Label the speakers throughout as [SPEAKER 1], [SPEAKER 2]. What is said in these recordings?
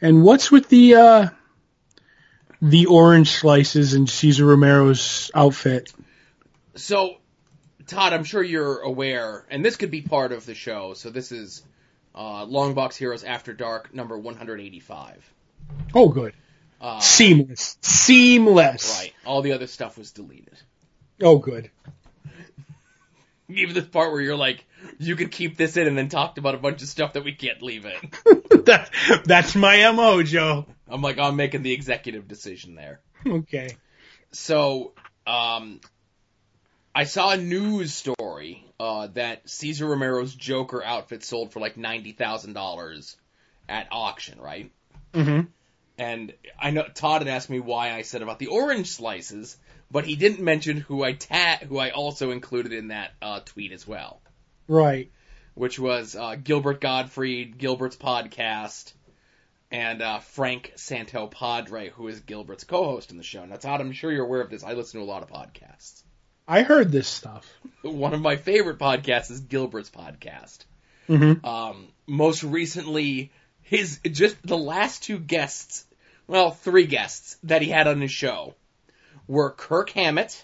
[SPEAKER 1] And what's with the uh, the orange slices in Cesar Romero's outfit?
[SPEAKER 2] So, Todd, I'm sure you're aware, and this could be part of the show. So this is uh, Longbox Heroes After Dark number 185.
[SPEAKER 1] Oh, good.
[SPEAKER 2] Uh,
[SPEAKER 1] Seamless. Seamless.
[SPEAKER 2] Right. All the other stuff was deleted.
[SPEAKER 1] Oh, good.
[SPEAKER 2] Even the part where you're like, you could keep this in, and then talked about a bunch of stuff that we can't leave in.
[SPEAKER 1] that, that's my MO, Joe.
[SPEAKER 2] I'm like, I'm making the executive decision there.
[SPEAKER 1] Okay.
[SPEAKER 2] So, um, I saw a news story uh, that Cesar Romero's Joker outfit sold for like ninety thousand dollars at auction, right?
[SPEAKER 1] Mm-hmm.
[SPEAKER 2] And I know Todd had asked me why I said about the orange slices, but he didn't mention who I ta- who I also included in that uh, tweet as well,
[SPEAKER 1] Right.
[SPEAKER 2] which was uh, Gilbert Gottfried, Gilbert's podcast, and uh, Frank Santo Padre, who is Gilbert's co-host in the show. Now, Todd, I'm sure you're aware of this. I listen to a lot of podcasts.
[SPEAKER 1] I heard this stuff.
[SPEAKER 2] One of my favorite podcasts is Gilbert's podcast.
[SPEAKER 1] Mm-hmm.
[SPEAKER 2] Um, most recently, his just the last two guests, well, three guests that he had on his show were Kirk Hammett,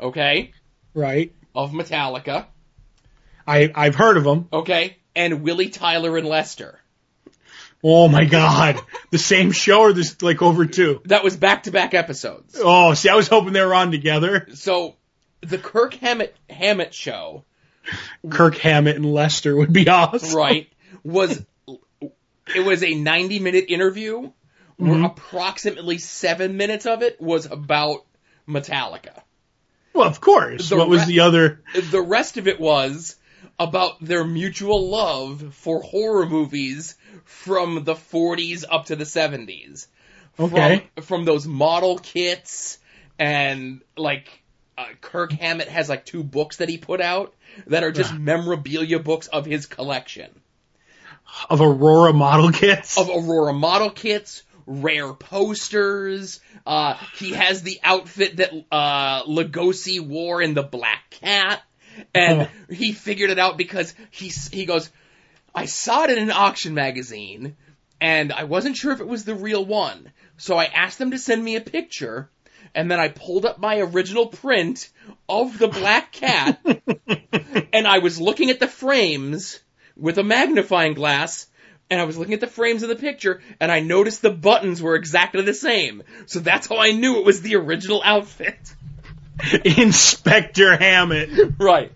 [SPEAKER 2] okay,
[SPEAKER 1] Right.
[SPEAKER 2] of Metallica,
[SPEAKER 1] I, I've heard of them.
[SPEAKER 2] okay, and Willie Tyler and Lester.
[SPEAKER 1] Oh my God. the same show or this like over two?
[SPEAKER 2] That was back to back episodes.
[SPEAKER 1] Oh, see, I was hoping they were on together.
[SPEAKER 2] So the Kirk Hammett Hammett show,
[SPEAKER 1] Kirk Hammett and Lester would be awesome.
[SPEAKER 2] right, was it was a ninety minute interview where approximately seven minutes of it was about Metallica.
[SPEAKER 1] Well, of course.
[SPEAKER 2] The
[SPEAKER 1] what was
[SPEAKER 2] re-
[SPEAKER 1] the other?
[SPEAKER 2] the rest of it was about their mutual love for horror movies from the 40s up to the 70s.
[SPEAKER 1] Okay.
[SPEAKER 2] From, from those model kits and like uh, Kirk Hammett has like two books that he put out that are just memorabilia books of his collection
[SPEAKER 1] Of Aurora model kits?
[SPEAKER 2] of Aurora model kits, rare posters. Uh, he has the outfit that uh, Lugosi wore in the Black Cat, and he figured it out because he s- he goes, I saw it in an auction magazine, and I wasn't sure if it was the real one, so I asked them to send me a picture. And then I pulled up my original print of the black cat, and I was looking at the frames with a magnifying glass, and I was looking at the frames of the picture, and I noticed the buttons were exactly the same. So that's how I knew it was the original outfit.
[SPEAKER 1] Inspector Hammett.
[SPEAKER 2] Right.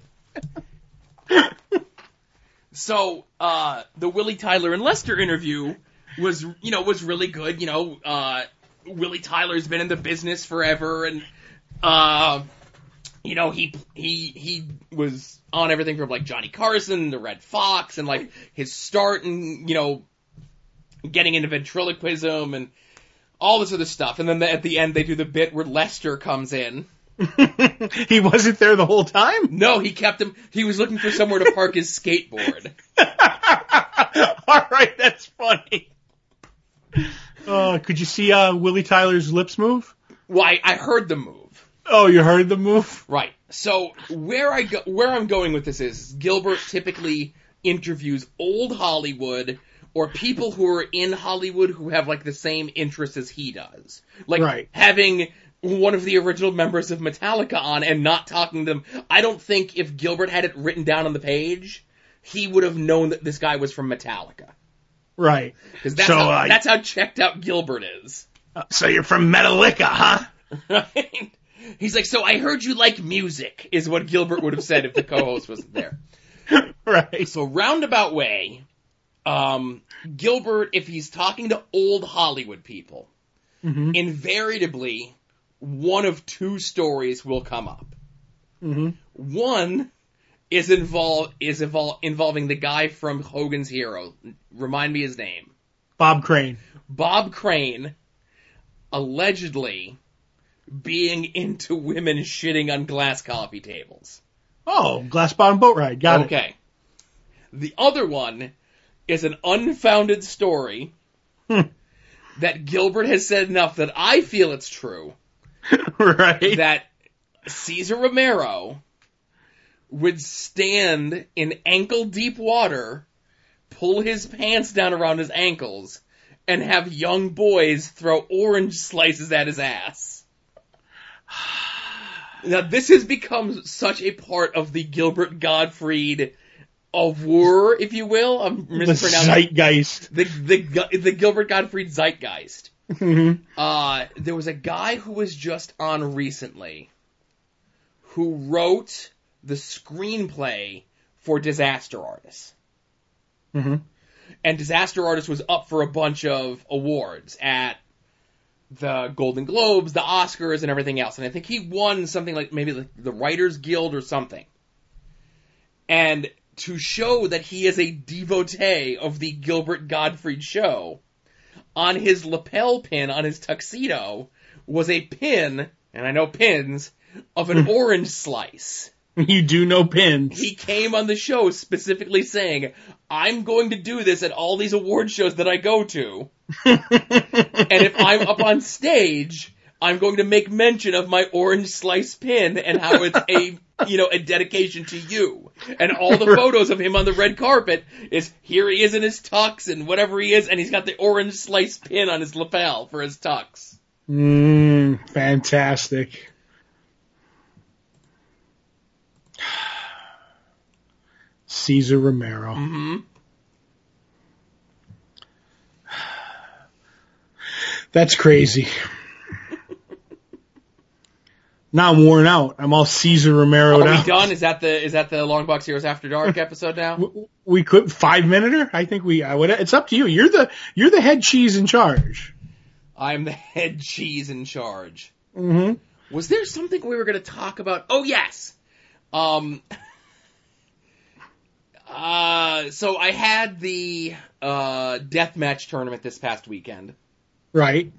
[SPEAKER 2] so uh, the Willie Tyler and Lester interview was, you know, was really good. You know, uh, Willie Tyler's been in the business forever, and uh, you know, he he he was on everything from like Johnny Carson to Red Fox, and like his start and you know, getting into ventriloquism and all this other stuff. And then at the end, they do the bit where Lester comes in.
[SPEAKER 1] he wasn't there the whole time?
[SPEAKER 2] No, he kept him. He was looking for somewhere to park his skateboard.
[SPEAKER 1] All right, that's funny. Uh, could you see uh, Willie Tyler's lips move?
[SPEAKER 2] Well, I, I heard the move.
[SPEAKER 1] Oh, you heard the move?
[SPEAKER 2] Right. So where I go, where I'm going with this is Gilbert typically interviews old Hollywood or people who are in Hollywood who have like the same interests as he does. Like
[SPEAKER 1] Right.
[SPEAKER 2] having one of the original members of Metallica on and not talking to them. I don't think if Gilbert had it written down on the page, he would have known that this guy was from Metallica.
[SPEAKER 1] Right.
[SPEAKER 2] Because that's,
[SPEAKER 1] So,
[SPEAKER 2] how-
[SPEAKER 1] uh,
[SPEAKER 2] that's how checked out Gilbert is.
[SPEAKER 1] So you're from Metallica, huh?
[SPEAKER 2] Right? He's like, so I heard you like music, is what Gilbert would have said if the co-host wasn't there.
[SPEAKER 1] Right.
[SPEAKER 2] So roundabout way, um, Gilbert, if he's talking to old Hollywood people,
[SPEAKER 1] Mhm.
[SPEAKER 2] invariably one of two stories will come up.
[SPEAKER 1] Mhm.
[SPEAKER 2] One is involve is evol- involving the guy from Hogan's Hero. Remind me his name.
[SPEAKER 1] Bob Crane.
[SPEAKER 2] Bob Crane allegedly being into women shitting on glass coffee tables.
[SPEAKER 1] Oh, glass bottom boat ride. Got it.
[SPEAKER 2] okay. The other one is an unfounded story
[SPEAKER 1] Hmm.
[SPEAKER 2] that Gilbert has said enough that I feel it's true
[SPEAKER 1] right.
[SPEAKER 2] that Caesar Romero would stand in ankle deep water pull his pants down around his ankles and have young boys throw orange slices at his ass. Now this has become such a part of the Gilbert Gottfried allure, if you will. I'm
[SPEAKER 1] The
[SPEAKER 2] mispronouncing
[SPEAKER 1] zeitgeist.
[SPEAKER 2] the the, the, Gilbert Gottfried zeitgeist.
[SPEAKER 1] Mhm.
[SPEAKER 2] Uh, there was a guy who was just on recently who wrote the screenplay for Disaster Artist.
[SPEAKER 1] Mhm.
[SPEAKER 2] And Disaster Artist was up for a bunch of awards at the Golden Globes, the Oscars, and everything else. And I think he won something like maybe the, the Writers Guild or something. And to show that he is a devotee of the Gilbert Gottfried show, on his lapel pin on his tuxedo was a pin, and I know pins, of an orange slice.
[SPEAKER 1] You do no pins.
[SPEAKER 2] He came on the show specifically saying, I'm going to do this at all these award shows that I go to, and if I'm up on stage, I'm going to make mention of my orange slice pin and how it's a, you know, a dedication to you. And all the photos of him on the red carpet is here he is in his tux and whatever he is, and he's got the orange slice pin on his lapel for his tux.
[SPEAKER 1] Mm, fantastic. Caesar Romero.
[SPEAKER 2] hmm
[SPEAKER 1] That's crazy. now I'm worn out. I'm all Caesar Romero
[SPEAKER 2] Are we
[SPEAKER 1] out.
[SPEAKER 2] done? Is that the is that the Long Box Heroes After Dark episode now?
[SPEAKER 1] W- We could five minute. I think we. I would. It's up to you. You're the you're the head cheese in charge.
[SPEAKER 2] I'm the head cheese in charge.
[SPEAKER 1] hmm
[SPEAKER 2] Was there something we were going to talk about? Oh yes. Um. Uh, so I had the uh deathmatch tournament this past weekend.
[SPEAKER 1] Right.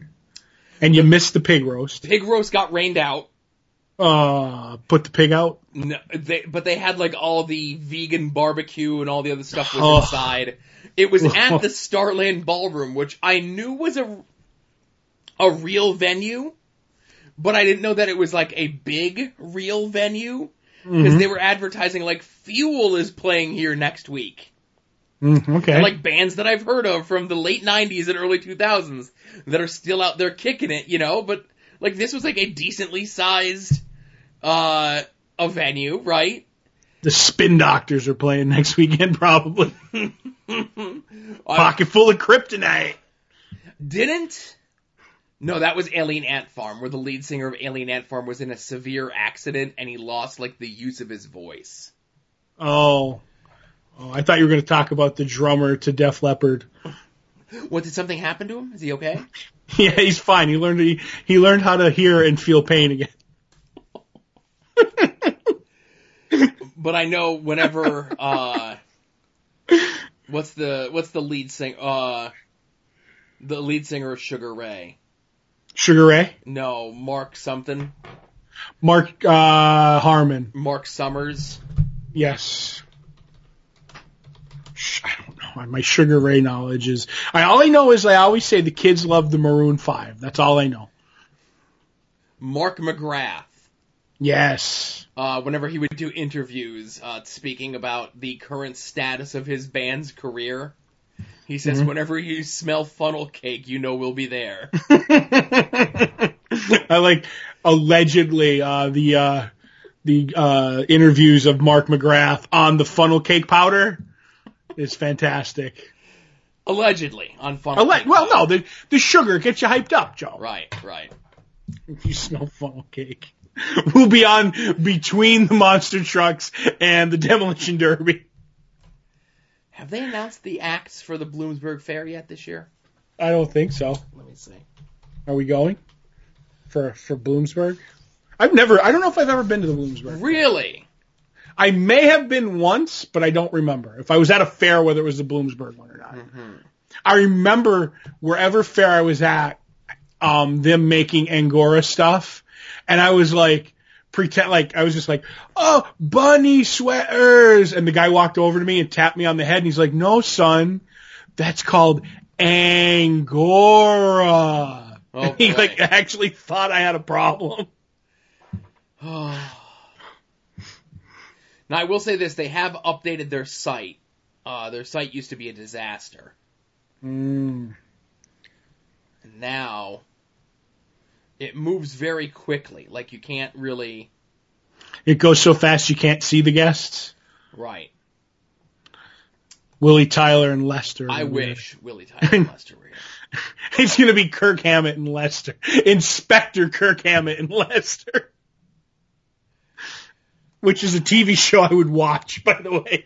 [SPEAKER 1] And you missed the pig roast.
[SPEAKER 2] Pig roast got rained out.
[SPEAKER 1] Uh, put the pig out.
[SPEAKER 2] No, they, but they had like all the vegan barbecue and all the other stuff was
[SPEAKER 1] Oh.
[SPEAKER 2] inside. It was at the Starland Ballroom, which I knew was a a real venue, but I didn't know that it was like a big real venue because
[SPEAKER 1] Mhm.
[SPEAKER 2] they were advertising like Fuel is playing here next week.
[SPEAKER 1] Mm, okay.
[SPEAKER 2] And, like bands that I've heard of from the late 90s and early 2000s that are still out there kicking it, you know, but like this was like a decently sized uh a venue, right?
[SPEAKER 1] the spin doctors are playing next weekend probably.
[SPEAKER 2] I
[SPEAKER 1] Pocket full of kryptonite.
[SPEAKER 2] didn't. No, that was Alien Ant Farm, where the lead singer of Alien Ant Farm was in a severe accident and he lost like the use of his voice.
[SPEAKER 1] Oh. Oh, I thought you were going to talk about the drummer to Def Leppard.
[SPEAKER 2] What did something happen to him? Is he okay?
[SPEAKER 1] Yeah, he's fine. He learned he, he learned how to hear and feel pain again.
[SPEAKER 2] But I know whenever uh, what's the what's the lead sing uh, the lead singer of Sugar Ray?
[SPEAKER 1] Sugar Ray,
[SPEAKER 2] No, Mark something,
[SPEAKER 1] Mark uh, Harmon.
[SPEAKER 2] Mark Summers.
[SPEAKER 1] Yes. Sh- I don't know. My Sugar Ray knowledge is. I all I know is I always say the kids love the Maroon Five. That's all I know.
[SPEAKER 2] Mark McGrath.
[SPEAKER 1] Yes.
[SPEAKER 2] uh, whenever he would do interviews uh, speaking about the current status of his band's career. He says, whenever you smell funnel cake, you know we'll be there.
[SPEAKER 1] I like allegedly uh, the uh, the uh, interviews of Mark McGrath on the funnel cake powder is fantastic.
[SPEAKER 2] Allegedly, on funnel
[SPEAKER 1] Alle-
[SPEAKER 2] cake.
[SPEAKER 1] well, no, the the sugar gets you hyped up, Joe.
[SPEAKER 2] Right, right.
[SPEAKER 1] You smell funnel cake. We'll be on between the monster trucks and the demolition derby.
[SPEAKER 2] Have they announced the acts for the Bloomsburg Fair yet this year?
[SPEAKER 1] I don't think so.
[SPEAKER 2] Let me see.
[SPEAKER 1] Are we going for for Bloomsburg? I've never. I don't know if I've ever been to the Bloomsburg.
[SPEAKER 2] Really?
[SPEAKER 1] I may have been once, but I don't remember if I was at a fair, whether it was the Bloomsburg one or not.
[SPEAKER 2] Mm-hmm.
[SPEAKER 1] I remember wherever fair I was at, um, them making Angora stuff, and I was like, pretend like I was just like, oh, bunny sweaters, and the guy walked over to me and tapped me on the head, and he's like, no, son, that's called Angora.
[SPEAKER 2] Oh,
[SPEAKER 1] he
[SPEAKER 2] boy.
[SPEAKER 1] like actually thought I had a problem.
[SPEAKER 2] now, I will say this. They have updated their site Uh, their site used to be a disaster.
[SPEAKER 1] Mm.
[SPEAKER 2] And now it moves very quickly. Like you can't really
[SPEAKER 1] It goes so fast you can't see the guests.
[SPEAKER 2] right.
[SPEAKER 1] Willie Tyler and Lester.
[SPEAKER 2] I
[SPEAKER 1] are weird.
[SPEAKER 2] wish Willie Tyler and Lester were here.
[SPEAKER 1] It's gonna be Kirk Hammett and Lester. Inspector Kirk Hammett and Lester. Which is a TV show I would watch, by the way.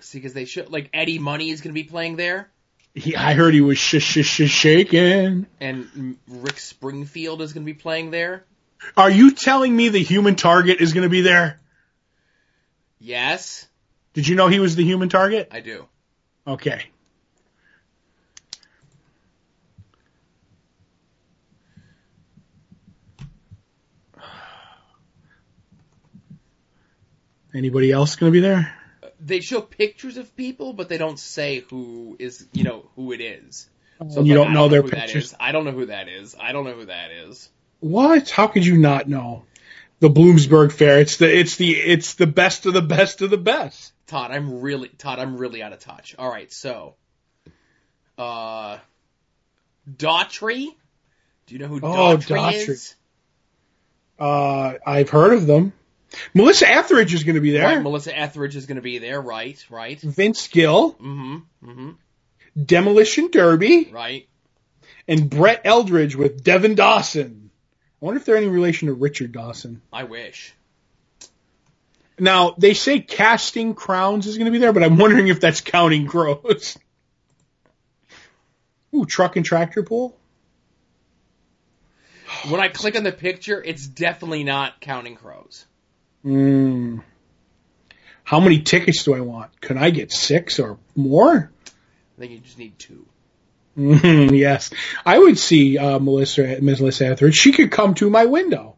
[SPEAKER 2] See, because they should like Eddie Money is going to be playing there,
[SPEAKER 1] He, I heard he was sh- sh- sh- shaking.
[SPEAKER 2] and mm, Rick Springfield is going to be playing there.
[SPEAKER 1] Are you telling me the human target is gonna be there?
[SPEAKER 2] Yes,
[SPEAKER 1] Did you know he was the human target?
[SPEAKER 2] I do.
[SPEAKER 1] Okay. Anybody else going to be there?
[SPEAKER 2] They show pictures of people, but they don't say who is you know who it is. So
[SPEAKER 1] you
[SPEAKER 2] it's like,
[SPEAKER 1] don't
[SPEAKER 2] I
[SPEAKER 1] know their
[SPEAKER 2] who that
[SPEAKER 1] pictures.
[SPEAKER 2] is. I don't know who that is. I don't know who that is.
[SPEAKER 1] What? How could you not know? The Bloomsburg Fair. It's the it's the it's the best of the best of the best.
[SPEAKER 2] Todd, I'm really Todd, I'm really out of touch. All right, so uh Daughtry? Do you know who
[SPEAKER 1] Oh,
[SPEAKER 2] Daughtry,
[SPEAKER 1] Daughtry.
[SPEAKER 2] is?
[SPEAKER 1] Uh, I've heard of them. Melissa Etheridge is going to be there.
[SPEAKER 2] Right, Melissa Etheridge is going to be there, right? Right.
[SPEAKER 1] Vince Gill,
[SPEAKER 2] Mhm. Mhm.
[SPEAKER 1] Demolition Derby,
[SPEAKER 2] Right.
[SPEAKER 1] and Brett Eldridge with Devin Dawson. I wonder if they're any relation to Richard Dawson.
[SPEAKER 2] I wish.
[SPEAKER 1] Now they say casting crowns is going to be there, but I'm wondering if that's counting crows. Ooh, truck and tractor pool.
[SPEAKER 2] When I click on the picture, it's definitely not Counting Crows.
[SPEAKER 1] Mm. How many tickets do I want? Can I get six or more?
[SPEAKER 2] I think you just need two.
[SPEAKER 1] Mm, yes, I would see uh, Melissa Ms. Melissa Etheridge. She could come to my window.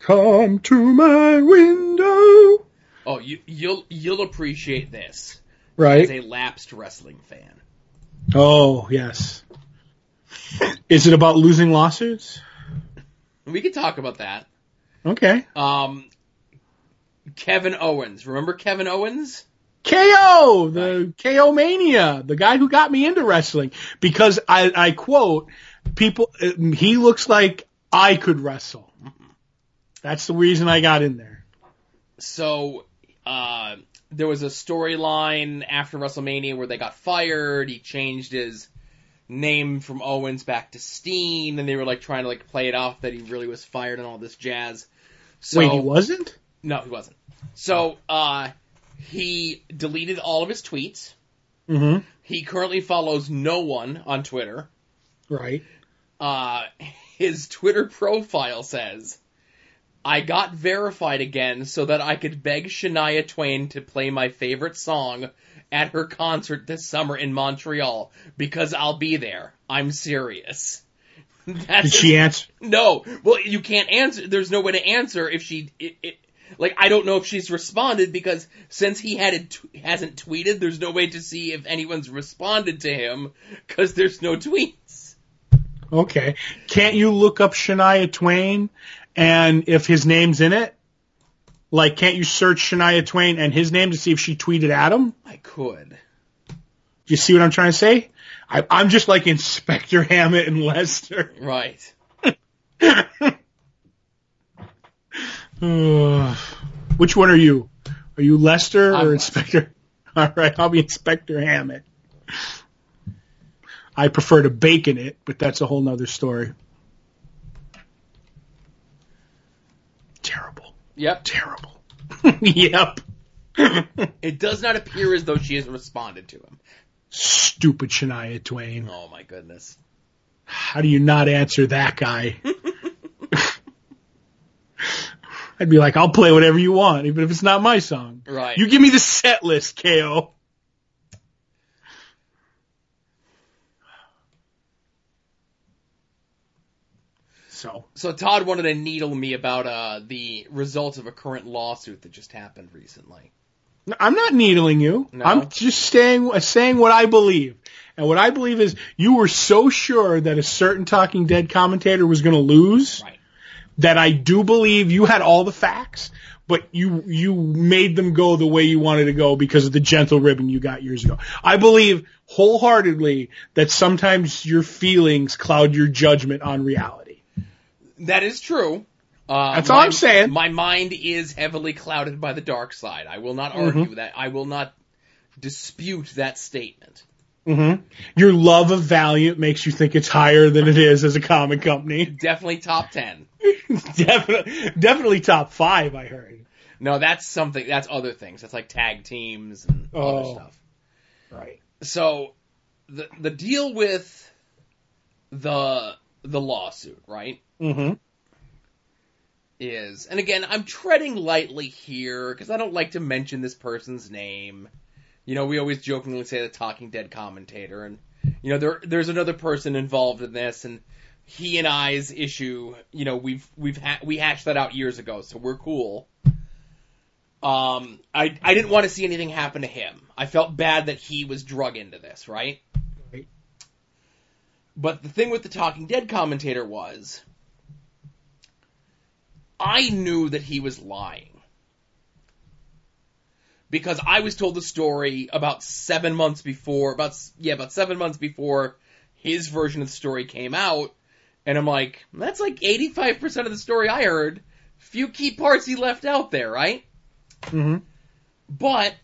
[SPEAKER 1] Come to my window.
[SPEAKER 2] Oh, you you'll you'll appreciate this
[SPEAKER 1] Right.
[SPEAKER 2] as a lapsed wrestling fan.
[SPEAKER 1] Oh, yes. Is it about losing lawsuits?
[SPEAKER 2] We could talk about that.
[SPEAKER 1] Okay.
[SPEAKER 2] Um Kevin Owens. Remember Kevin Owens?
[SPEAKER 1] KO, the KO Mania, the guy who got me into wrestling because I, I quote, people, um, he looks like I could wrestle. That's the reason I got in there.
[SPEAKER 2] so uh, there was a storyline after WrestleMania where they got fired. He changed his name from Owens back to Steen, and they were like trying to like play it off that he really was fired and all this jazz. So
[SPEAKER 1] Wait, he wasn't?
[SPEAKER 2] no, he wasn't. So uh, he deleted all of his tweets.
[SPEAKER 1] Mm-hmm.
[SPEAKER 2] He currently follows no one on Twitter.
[SPEAKER 1] Right.
[SPEAKER 2] Uh, his Twitter profile says, I got verified again so that I could beg Shania Twain to play my favorite song at her concert this summer in Montreal because I'll be there. I'm serious. That's
[SPEAKER 1] Did she answer?
[SPEAKER 2] no. Well, you can't answer. There's no way to answer if she. It, it, like I don't know if she's responded because since he hadn't t- hasn't tweeted, there's no way to see if anyone's responded to him because there's no tweets.
[SPEAKER 1] Okay. Can't you look up Shania Twain and if his name's in it? Like, can't you search Shania Twain and his name to see if she tweeted at him?
[SPEAKER 2] I could.
[SPEAKER 1] Do you see what I'm trying to say? I, I'm just like Inspector Hammett and Lester.
[SPEAKER 2] Right.
[SPEAKER 1] Ugh. Which one are you? Are you Lester
[SPEAKER 2] I'm
[SPEAKER 1] or
[SPEAKER 2] Lester.
[SPEAKER 1] Inspector? All right, I'll be Inspector Hammett. I prefer to bacon it, but that's a whole nother story. Terrible.
[SPEAKER 2] Yep.
[SPEAKER 1] Terrible. yep.
[SPEAKER 2] It does not appear as though she has responded to him.
[SPEAKER 1] Stupid Shania Twain.
[SPEAKER 2] Oh my goodness.
[SPEAKER 1] How do you not answer that guy? I'd be like, I'll play whatever you want, even if it's not my song.
[SPEAKER 2] Right.
[SPEAKER 1] You give me the set list, KO. So,
[SPEAKER 2] so Todd wanted to needle me about uh, the results of a current lawsuit that just happened recently.
[SPEAKER 1] no, I'm not needling you.
[SPEAKER 2] No.
[SPEAKER 1] I'm just saying, saying what I believe. And what I believe is you were so sure that a certain Talking Dead commentator was going to lose
[SPEAKER 2] Right.
[SPEAKER 1] that I do believe you had all the facts, but you you made them go the way you wanted to go because of the gentle ribbon you got years ago. I believe wholeheartedly that sometimes your feelings cloud your judgment on reality.
[SPEAKER 2] That is true. Uh,
[SPEAKER 1] That's
[SPEAKER 2] my,
[SPEAKER 1] all I'm saying.
[SPEAKER 2] My mind is heavily clouded by the dark side. I will not
[SPEAKER 1] Mm-hmm.
[SPEAKER 2] argue that. I will not dispute that statement.
[SPEAKER 1] Your love of Valiant makes you think it's higher than it is as a comic company.
[SPEAKER 2] Definitely top ten.
[SPEAKER 1] definitely, definitely top five. I heard.
[SPEAKER 2] No, that's something. That's other things. That's like tag teams and other
[SPEAKER 1] Oh.
[SPEAKER 2] stuff.
[SPEAKER 1] Right.
[SPEAKER 2] So the the deal with the the lawsuit, right?
[SPEAKER 1] Mm-hmm.
[SPEAKER 2] is, and again, I'm treading lightly here because I don't like to mention this person's name. You know, we always jokingly say the Talking Dead commentator, and you know, there there's another person involved in this, and he and I's issue. You know, we've we've ha- we hashed that out years ago, so we're cool. Um, I I didn't want to see anything happen to him. I felt bad that he was drug into this, right?
[SPEAKER 1] Right.
[SPEAKER 2] But the thing with the Talking Dead commentator was I knew that he was lying. Because I was told the story about seven months before, about, s- yeah, about seven months before his version of the story came out. And I'm like, that's like 85% of the story I heard. Few key parts he left out there, right?
[SPEAKER 1] Mm-hmm.
[SPEAKER 2] But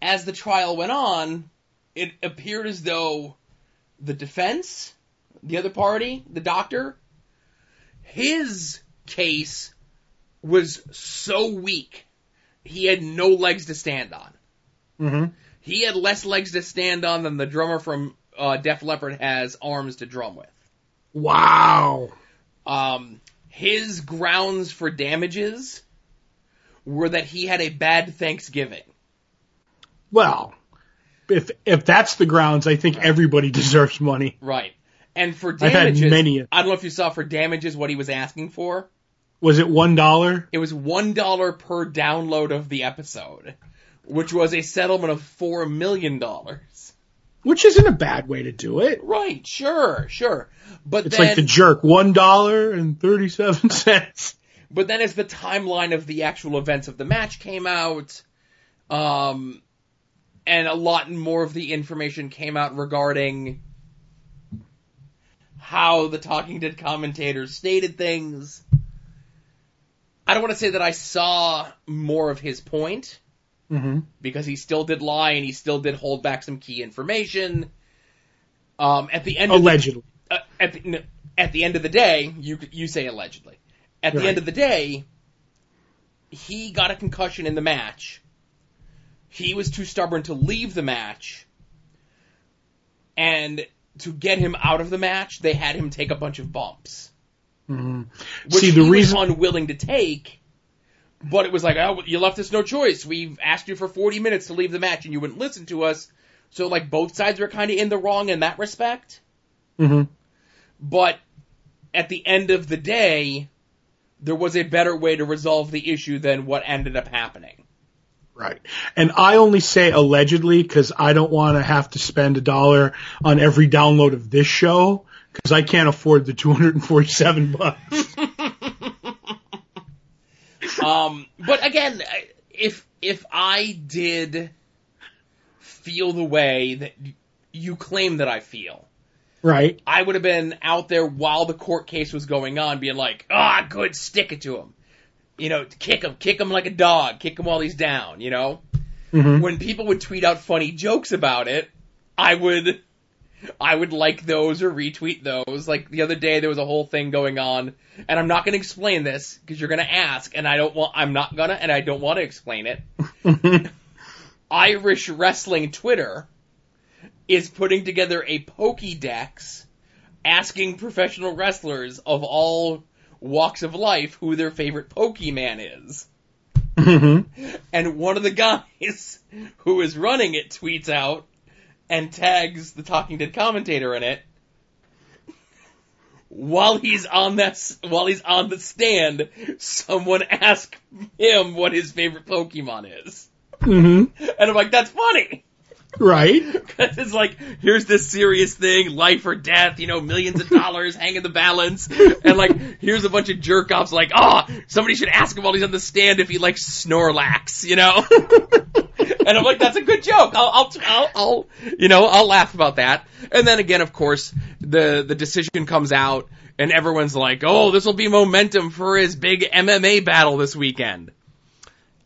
[SPEAKER 2] as the trial went on, it appeared as though the defense, the other party, the doctor, his case was so weak. He had no legs to stand on.
[SPEAKER 1] Mm-hmm.
[SPEAKER 2] He had less legs to stand on than the drummer from uh, Def Leppard has arms to drum with.
[SPEAKER 1] Wow.
[SPEAKER 2] Um, his grounds for damages were that he had a bad Thanksgiving.
[SPEAKER 1] Well, if if that's the grounds, I think everybody deserves money.
[SPEAKER 2] Right. And for
[SPEAKER 1] I've had
[SPEAKER 2] damages,
[SPEAKER 1] many.
[SPEAKER 2] I don't know if you saw for damages what he was asking for.
[SPEAKER 1] Was it one dollar?
[SPEAKER 2] It was one dollar per download of the episode, which was a settlement of four million dollars.
[SPEAKER 1] Which isn't a bad way to do it.
[SPEAKER 2] Right? Sure, sure. But
[SPEAKER 1] It's
[SPEAKER 2] then,
[SPEAKER 1] like the jerk, one dollar and thirty seven cents.
[SPEAKER 2] but then as the timeline of the actual events of the match came out, um, and a lot more of the information came out regarding how the Talking Dead commentators stated things. I don't want to say that I saw more of his point.
[SPEAKER 1] Mm-hmm.
[SPEAKER 2] because he still did lie and he still did hold back some key information. Um, at the end, of the,
[SPEAKER 1] Allegedly.
[SPEAKER 2] uh, at the, n- at the end of the day, you you say allegedly. At the
[SPEAKER 1] Right.
[SPEAKER 2] end of the day, he got a concussion in the match. He was too stubborn to leave the match, and to get him out of the match, they had him take a bunch of bumps,
[SPEAKER 1] Mhm.
[SPEAKER 2] which
[SPEAKER 1] See, the
[SPEAKER 2] he
[SPEAKER 1] reason
[SPEAKER 2] was unwilling to take. But it was like, oh, you left us no choice. We've asked you for 40 minutes to leave the match, and you wouldn't listen to us. So, like, both sides were kind of in the wrong in that respect.
[SPEAKER 1] Mhm.
[SPEAKER 2] But at the end of the day, there was a better way to resolve the issue than what ended up happening.
[SPEAKER 1] Right. And I only say allegedly because I don't want to have to spend a dollar on every download of this show because I can't afford the 247 bucks.
[SPEAKER 2] Um, but again, I- if if I did feel the way that y- you claim that I feel,
[SPEAKER 1] right.
[SPEAKER 2] I would have been out there while the court case was going on, being like, "Ah, good, stick it to him." You know, kick him, kick him like a dog, kick him while he's down. You know,
[SPEAKER 1] Mhm.
[SPEAKER 2] when people would tweet out funny jokes about it, I would, I would like those or retweet those. Like the other day, there was a whole thing going on, and I'm not going to explain this because you're going to ask, and I don't want, I'm not gonna, and I don't want to explain it.
[SPEAKER 1] Mm-hmm.
[SPEAKER 2] Irish Wrestling Twitter is putting together a Pokédex asking professional wrestlers of all walks of life who their favorite Pokemon is.
[SPEAKER 1] Mhm.
[SPEAKER 2] And one of the guys who is running it tweets out and tags the Talking Dead commentator in it while he's on that s- while he's on the stand someone asked him what his favorite pokemon is
[SPEAKER 1] Mhm.
[SPEAKER 2] and i'm like that's funny
[SPEAKER 1] Right?
[SPEAKER 2] Because it's like, here's this serious thing, life or death, you know, millions of dollars hanging the balance. And like, here's a bunch of jerk offs like, ah, somebody should ask him while he's on the stand if he likes Snorlax, you know? and I'm like, that's a good joke. I'll, I'll, I'll, I'll, you know, I'll laugh about that. And then again, of course, the, the decision comes out and everyone's like, oh, this will be momentum for his big MMA battle this weekend.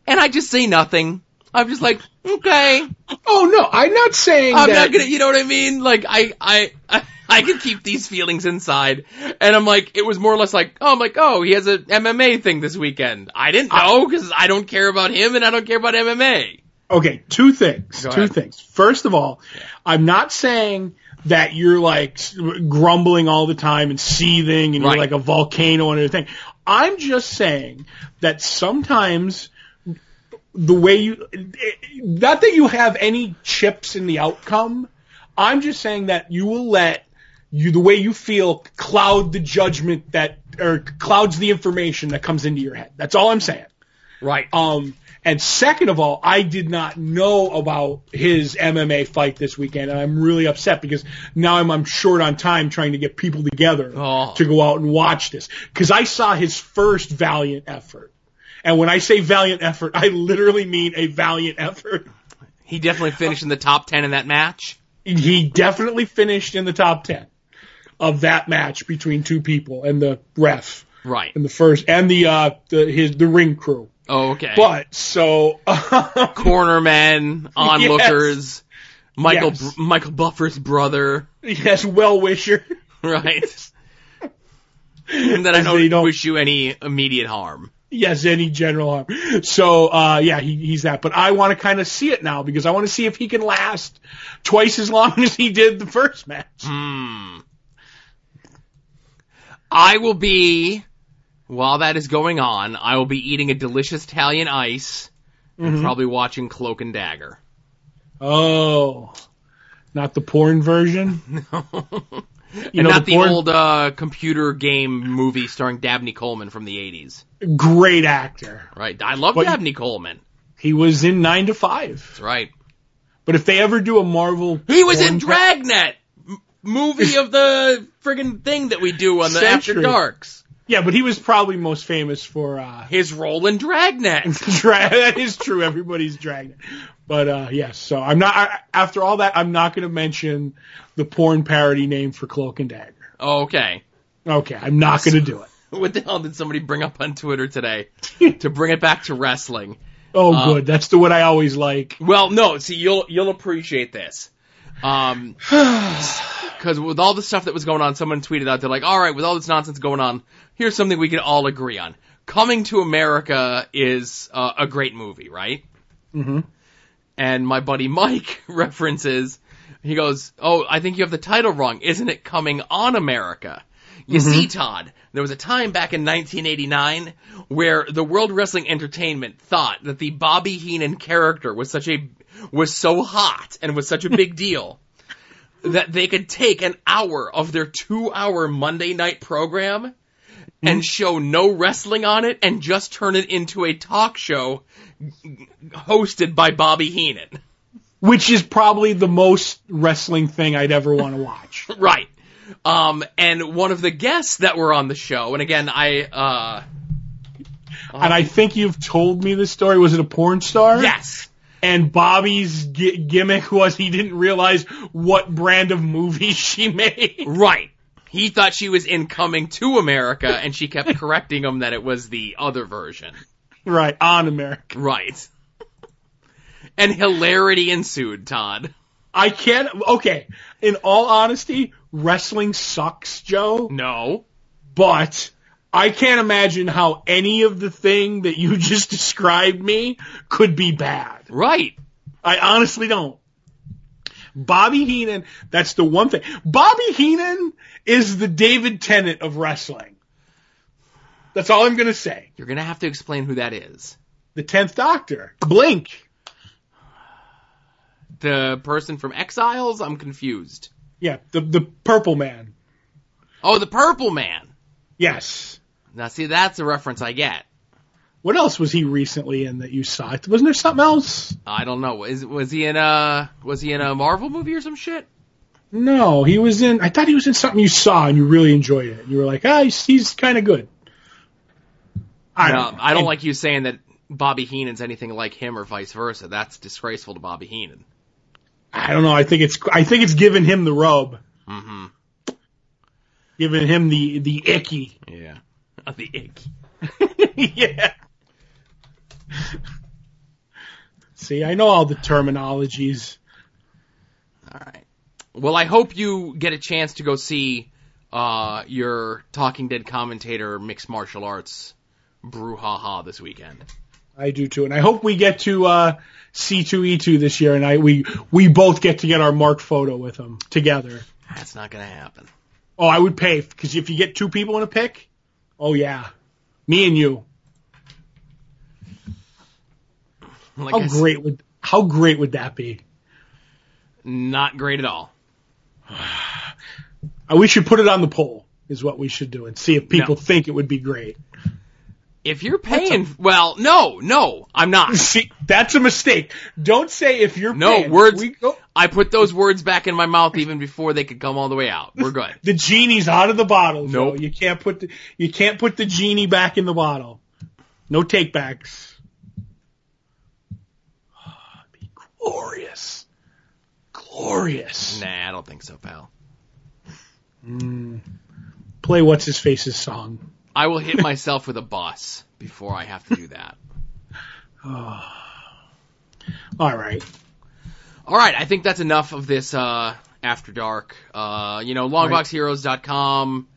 [SPEAKER 2] And I just say nothing. I'm just like, okay.
[SPEAKER 1] Oh no, I'm not saying
[SPEAKER 2] I'm
[SPEAKER 1] that.
[SPEAKER 2] not gonna, you know what I mean? Like, I, I, I, I can keep these feelings inside. And I'm like, it was more or less like, oh, I'm like, oh, he has a MMA thing this weekend. I didn't know because I don't care about him and I don't care about MMA.
[SPEAKER 1] Okay, two things.
[SPEAKER 2] Go
[SPEAKER 1] Two
[SPEAKER 2] ahead.
[SPEAKER 1] things. First of all, I'm not saying that you're like s- grumbling all the time and seething and
[SPEAKER 2] Right.
[SPEAKER 1] you're like a volcano and everything. I'm just saying that sometimes the way you, not that you have any chips in the outcome, I'm just saying that you will let you the way you feel cloud the judgment that or clouds the information that comes into your head. That's all I'm saying.
[SPEAKER 2] Right.
[SPEAKER 1] Um, and second of all, I did not know about his MMA fight this weekend, and I'm really upset because now I'm, I'm short on time trying to get people together
[SPEAKER 2] Oh.
[SPEAKER 1] to go out and watch this. Because I saw his first valiant effort, and when I say valiant effort, I literally mean a valiant effort.
[SPEAKER 2] He definitely finished in the top 10 in that match.
[SPEAKER 1] He definitely finished in the top ten of that match between two people and the ref
[SPEAKER 2] Right.
[SPEAKER 1] and the first and the uh the his the ring crew.
[SPEAKER 2] Oh, okay.
[SPEAKER 1] But so
[SPEAKER 2] Cornermen, onlookers, Michael,
[SPEAKER 1] Yes.
[SPEAKER 2] Br- Michael Buffer's brother.
[SPEAKER 1] yes, well wisher.
[SPEAKER 2] Right. and that I
[SPEAKER 1] As
[SPEAKER 2] don't,
[SPEAKER 1] they don't-
[SPEAKER 2] wish you any immediate harm.
[SPEAKER 1] Yes, any general harm. So uh, yeah, he, he's that. But I want to kind of see it now because I want to see if he can last twice as long as he did the first match.
[SPEAKER 2] Hmm. I will be, while that is going on, I will be eating a delicious Italian ice
[SPEAKER 1] Mm-hmm.
[SPEAKER 2] and probably watching Cloak and Dagger.
[SPEAKER 1] Oh, not the porn version. You
[SPEAKER 2] Mm-hmm. and
[SPEAKER 1] know,
[SPEAKER 2] not
[SPEAKER 1] the
[SPEAKER 2] the,
[SPEAKER 1] porn-
[SPEAKER 2] old uh, computer game movie starring Dabney Coleman from the 80s.
[SPEAKER 1] Great actor.
[SPEAKER 2] Right. I love
[SPEAKER 1] What-
[SPEAKER 2] Dabney Coleman.
[SPEAKER 1] He was in Nine to Five.
[SPEAKER 2] That's right.
[SPEAKER 1] But if they ever do a Marvel,
[SPEAKER 2] He was
[SPEAKER 1] porn-
[SPEAKER 2] in Dragnet, m- movie of the friggin' thing that we do on the After
[SPEAKER 1] Century.
[SPEAKER 2] Darks.
[SPEAKER 1] Yeah, but he was probably most famous for uh,
[SPEAKER 2] His role in Dragnet.
[SPEAKER 1] Dra- that is true. Everybody's dragging. But uh yes, so I'm not. I, after all that, I'm not going to mention the porn parody name for Cloak and Dagger.
[SPEAKER 2] okay.
[SPEAKER 1] Okay, I'm not going to do it.
[SPEAKER 2] What the hell did somebody bring up on Twitter today to bring it back to wrestling?
[SPEAKER 1] Oh,
[SPEAKER 2] Um,
[SPEAKER 1] good. That's the what I always like.
[SPEAKER 2] Well, no. See, you'll you'll appreciate this. Um, because with all the stuff that was going on, someone tweeted out they're like, "All right, with all this nonsense going on, here's something we can all agree on: Coming to America is uh, a great movie, right?"
[SPEAKER 1] hmm
[SPEAKER 2] And my buddy Mike references, he goes, "Oh, I think you have the title wrong. Isn't it Coming on America?" You see, Todd, there was a time back in 1989 where the World Wrestling Entertainment thought that the Bobby Heenan character was such a was so hot and was such a big deal that they could take an hour of their two-hour Monday night program and show no wrestling on it and just turn it into a talk show hosted by Bobby Heenan.
[SPEAKER 1] Which is probably the most wrestling thing I'd ever want to watch.
[SPEAKER 2] Right. Um, and one of the guests that were on the show, and again, I, uh,
[SPEAKER 1] and I think you've told me this story. Was it a porn star?
[SPEAKER 2] yes.
[SPEAKER 1] And Bobby's gi- gimmick was he didn't realize what brand of movie she made.
[SPEAKER 2] Right. He thought she was in Coming to America, and she kept correcting him that it was the other version.
[SPEAKER 1] right on America.
[SPEAKER 2] Right. And hilarity ensued, Todd.
[SPEAKER 1] I can't. Okay. In all honesty, wrestling sucks, Joe.
[SPEAKER 2] No.
[SPEAKER 1] but I can't imagine how any of the thing that you just described me could be bad.
[SPEAKER 2] Right.
[SPEAKER 1] I honestly don't. Bobby Heenan, that's the one thing. Bobby Heenan is the David Tennant of wrestling. That's all I'm going to say.
[SPEAKER 2] You're gonna have to explain who that is.
[SPEAKER 1] The 10th Doctor. Blink.
[SPEAKER 2] The person from Exiles? I'm confused.
[SPEAKER 1] Yeah, the, the purple man.
[SPEAKER 2] Oh, the Purple Man.
[SPEAKER 1] Yes.
[SPEAKER 2] Now see, that's a reference I get.
[SPEAKER 1] What else was he recently in that you saw? Wasn't there something else?
[SPEAKER 2] I don't know. Is was he in a was he in a Marvel movie or some shit?
[SPEAKER 1] No, he was in. I thought he was in something you saw and you really enjoyed it. You were like, ah, he's, he's kind of good.
[SPEAKER 2] I no,
[SPEAKER 1] know.
[SPEAKER 2] I don't
[SPEAKER 1] And-
[SPEAKER 2] like you saying that Bobby Heenan's anything like him or vice versa. That's disgraceful to Bobby Heenan.
[SPEAKER 1] I don't know. I think it's. I think it's giving him the rub,
[SPEAKER 2] hmm
[SPEAKER 1] giving him the the icky.
[SPEAKER 2] Yeah. The ick.
[SPEAKER 1] yeah. See, I know all the terminologies.
[SPEAKER 2] All right. Well, I hope you get a chance to go see uh, your Talking Dead commentator mixed martial arts brouhaha this weekend.
[SPEAKER 1] I do too, and I hope we get to uh, C2E2 this year, and I we we both get to get our marked photo with him together.
[SPEAKER 2] That's not going to happen.
[SPEAKER 1] Oh, I would pay because if you get two people in a pick, oh yeah, me and you.
[SPEAKER 2] Like
[SPEAKER 1] How
[SPEAKER 2] I said,
[SPEAKER 1] great would how great would that be?
[SPEAKER 2] Not great at all.
[SPEAKER 1] Uh, We should put it on the poll. Is what we should do and see if people
[SPEAKER 2] No.
[SPEAKER 1] think it would be great.
[SPEAKER 2] If you're paying, well, no, no, I'm not.
[SPEAKER 1] See, that's a mistake. Don't say if you're
[SPEAKER 2] No,
[SPEAKER 1] paying.
[SPEAKER 2] words-
[SPEAKER 1] We go,
[SPEAKER 2] I put those words back in my mouth even before they could come all the way out. We're good.
[SPEAKER 1] the genie's out of the bottle. No,
[SPEAKER 2] Nope.
[SPEAKER 1] you can't put the, you can't put the genie back in the bottle. No take backs. Ah, be glorious, glorious.
[SPEAKER 2] Nah, I don't think so, pal.
[SPEAKER 1] Play what's his face's song.
[SPEAKER 2] I will hit myself with a bus before I have to do that.
[SPEAKER 1] All right,
[SPEAKER 2] All right, I think that's enough of this uh, After Dark. Uh, you know, longboxheroes.com,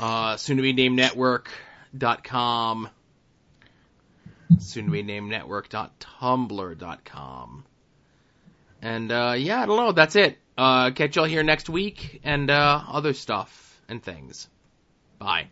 [SPEAKER 2] uh, soon to be named network.com, soon to be named network.tumblr.com. And uh, yeah, I don't know. That's it. Uh, catch y'all here next week and uh, other stuff and things. Bye.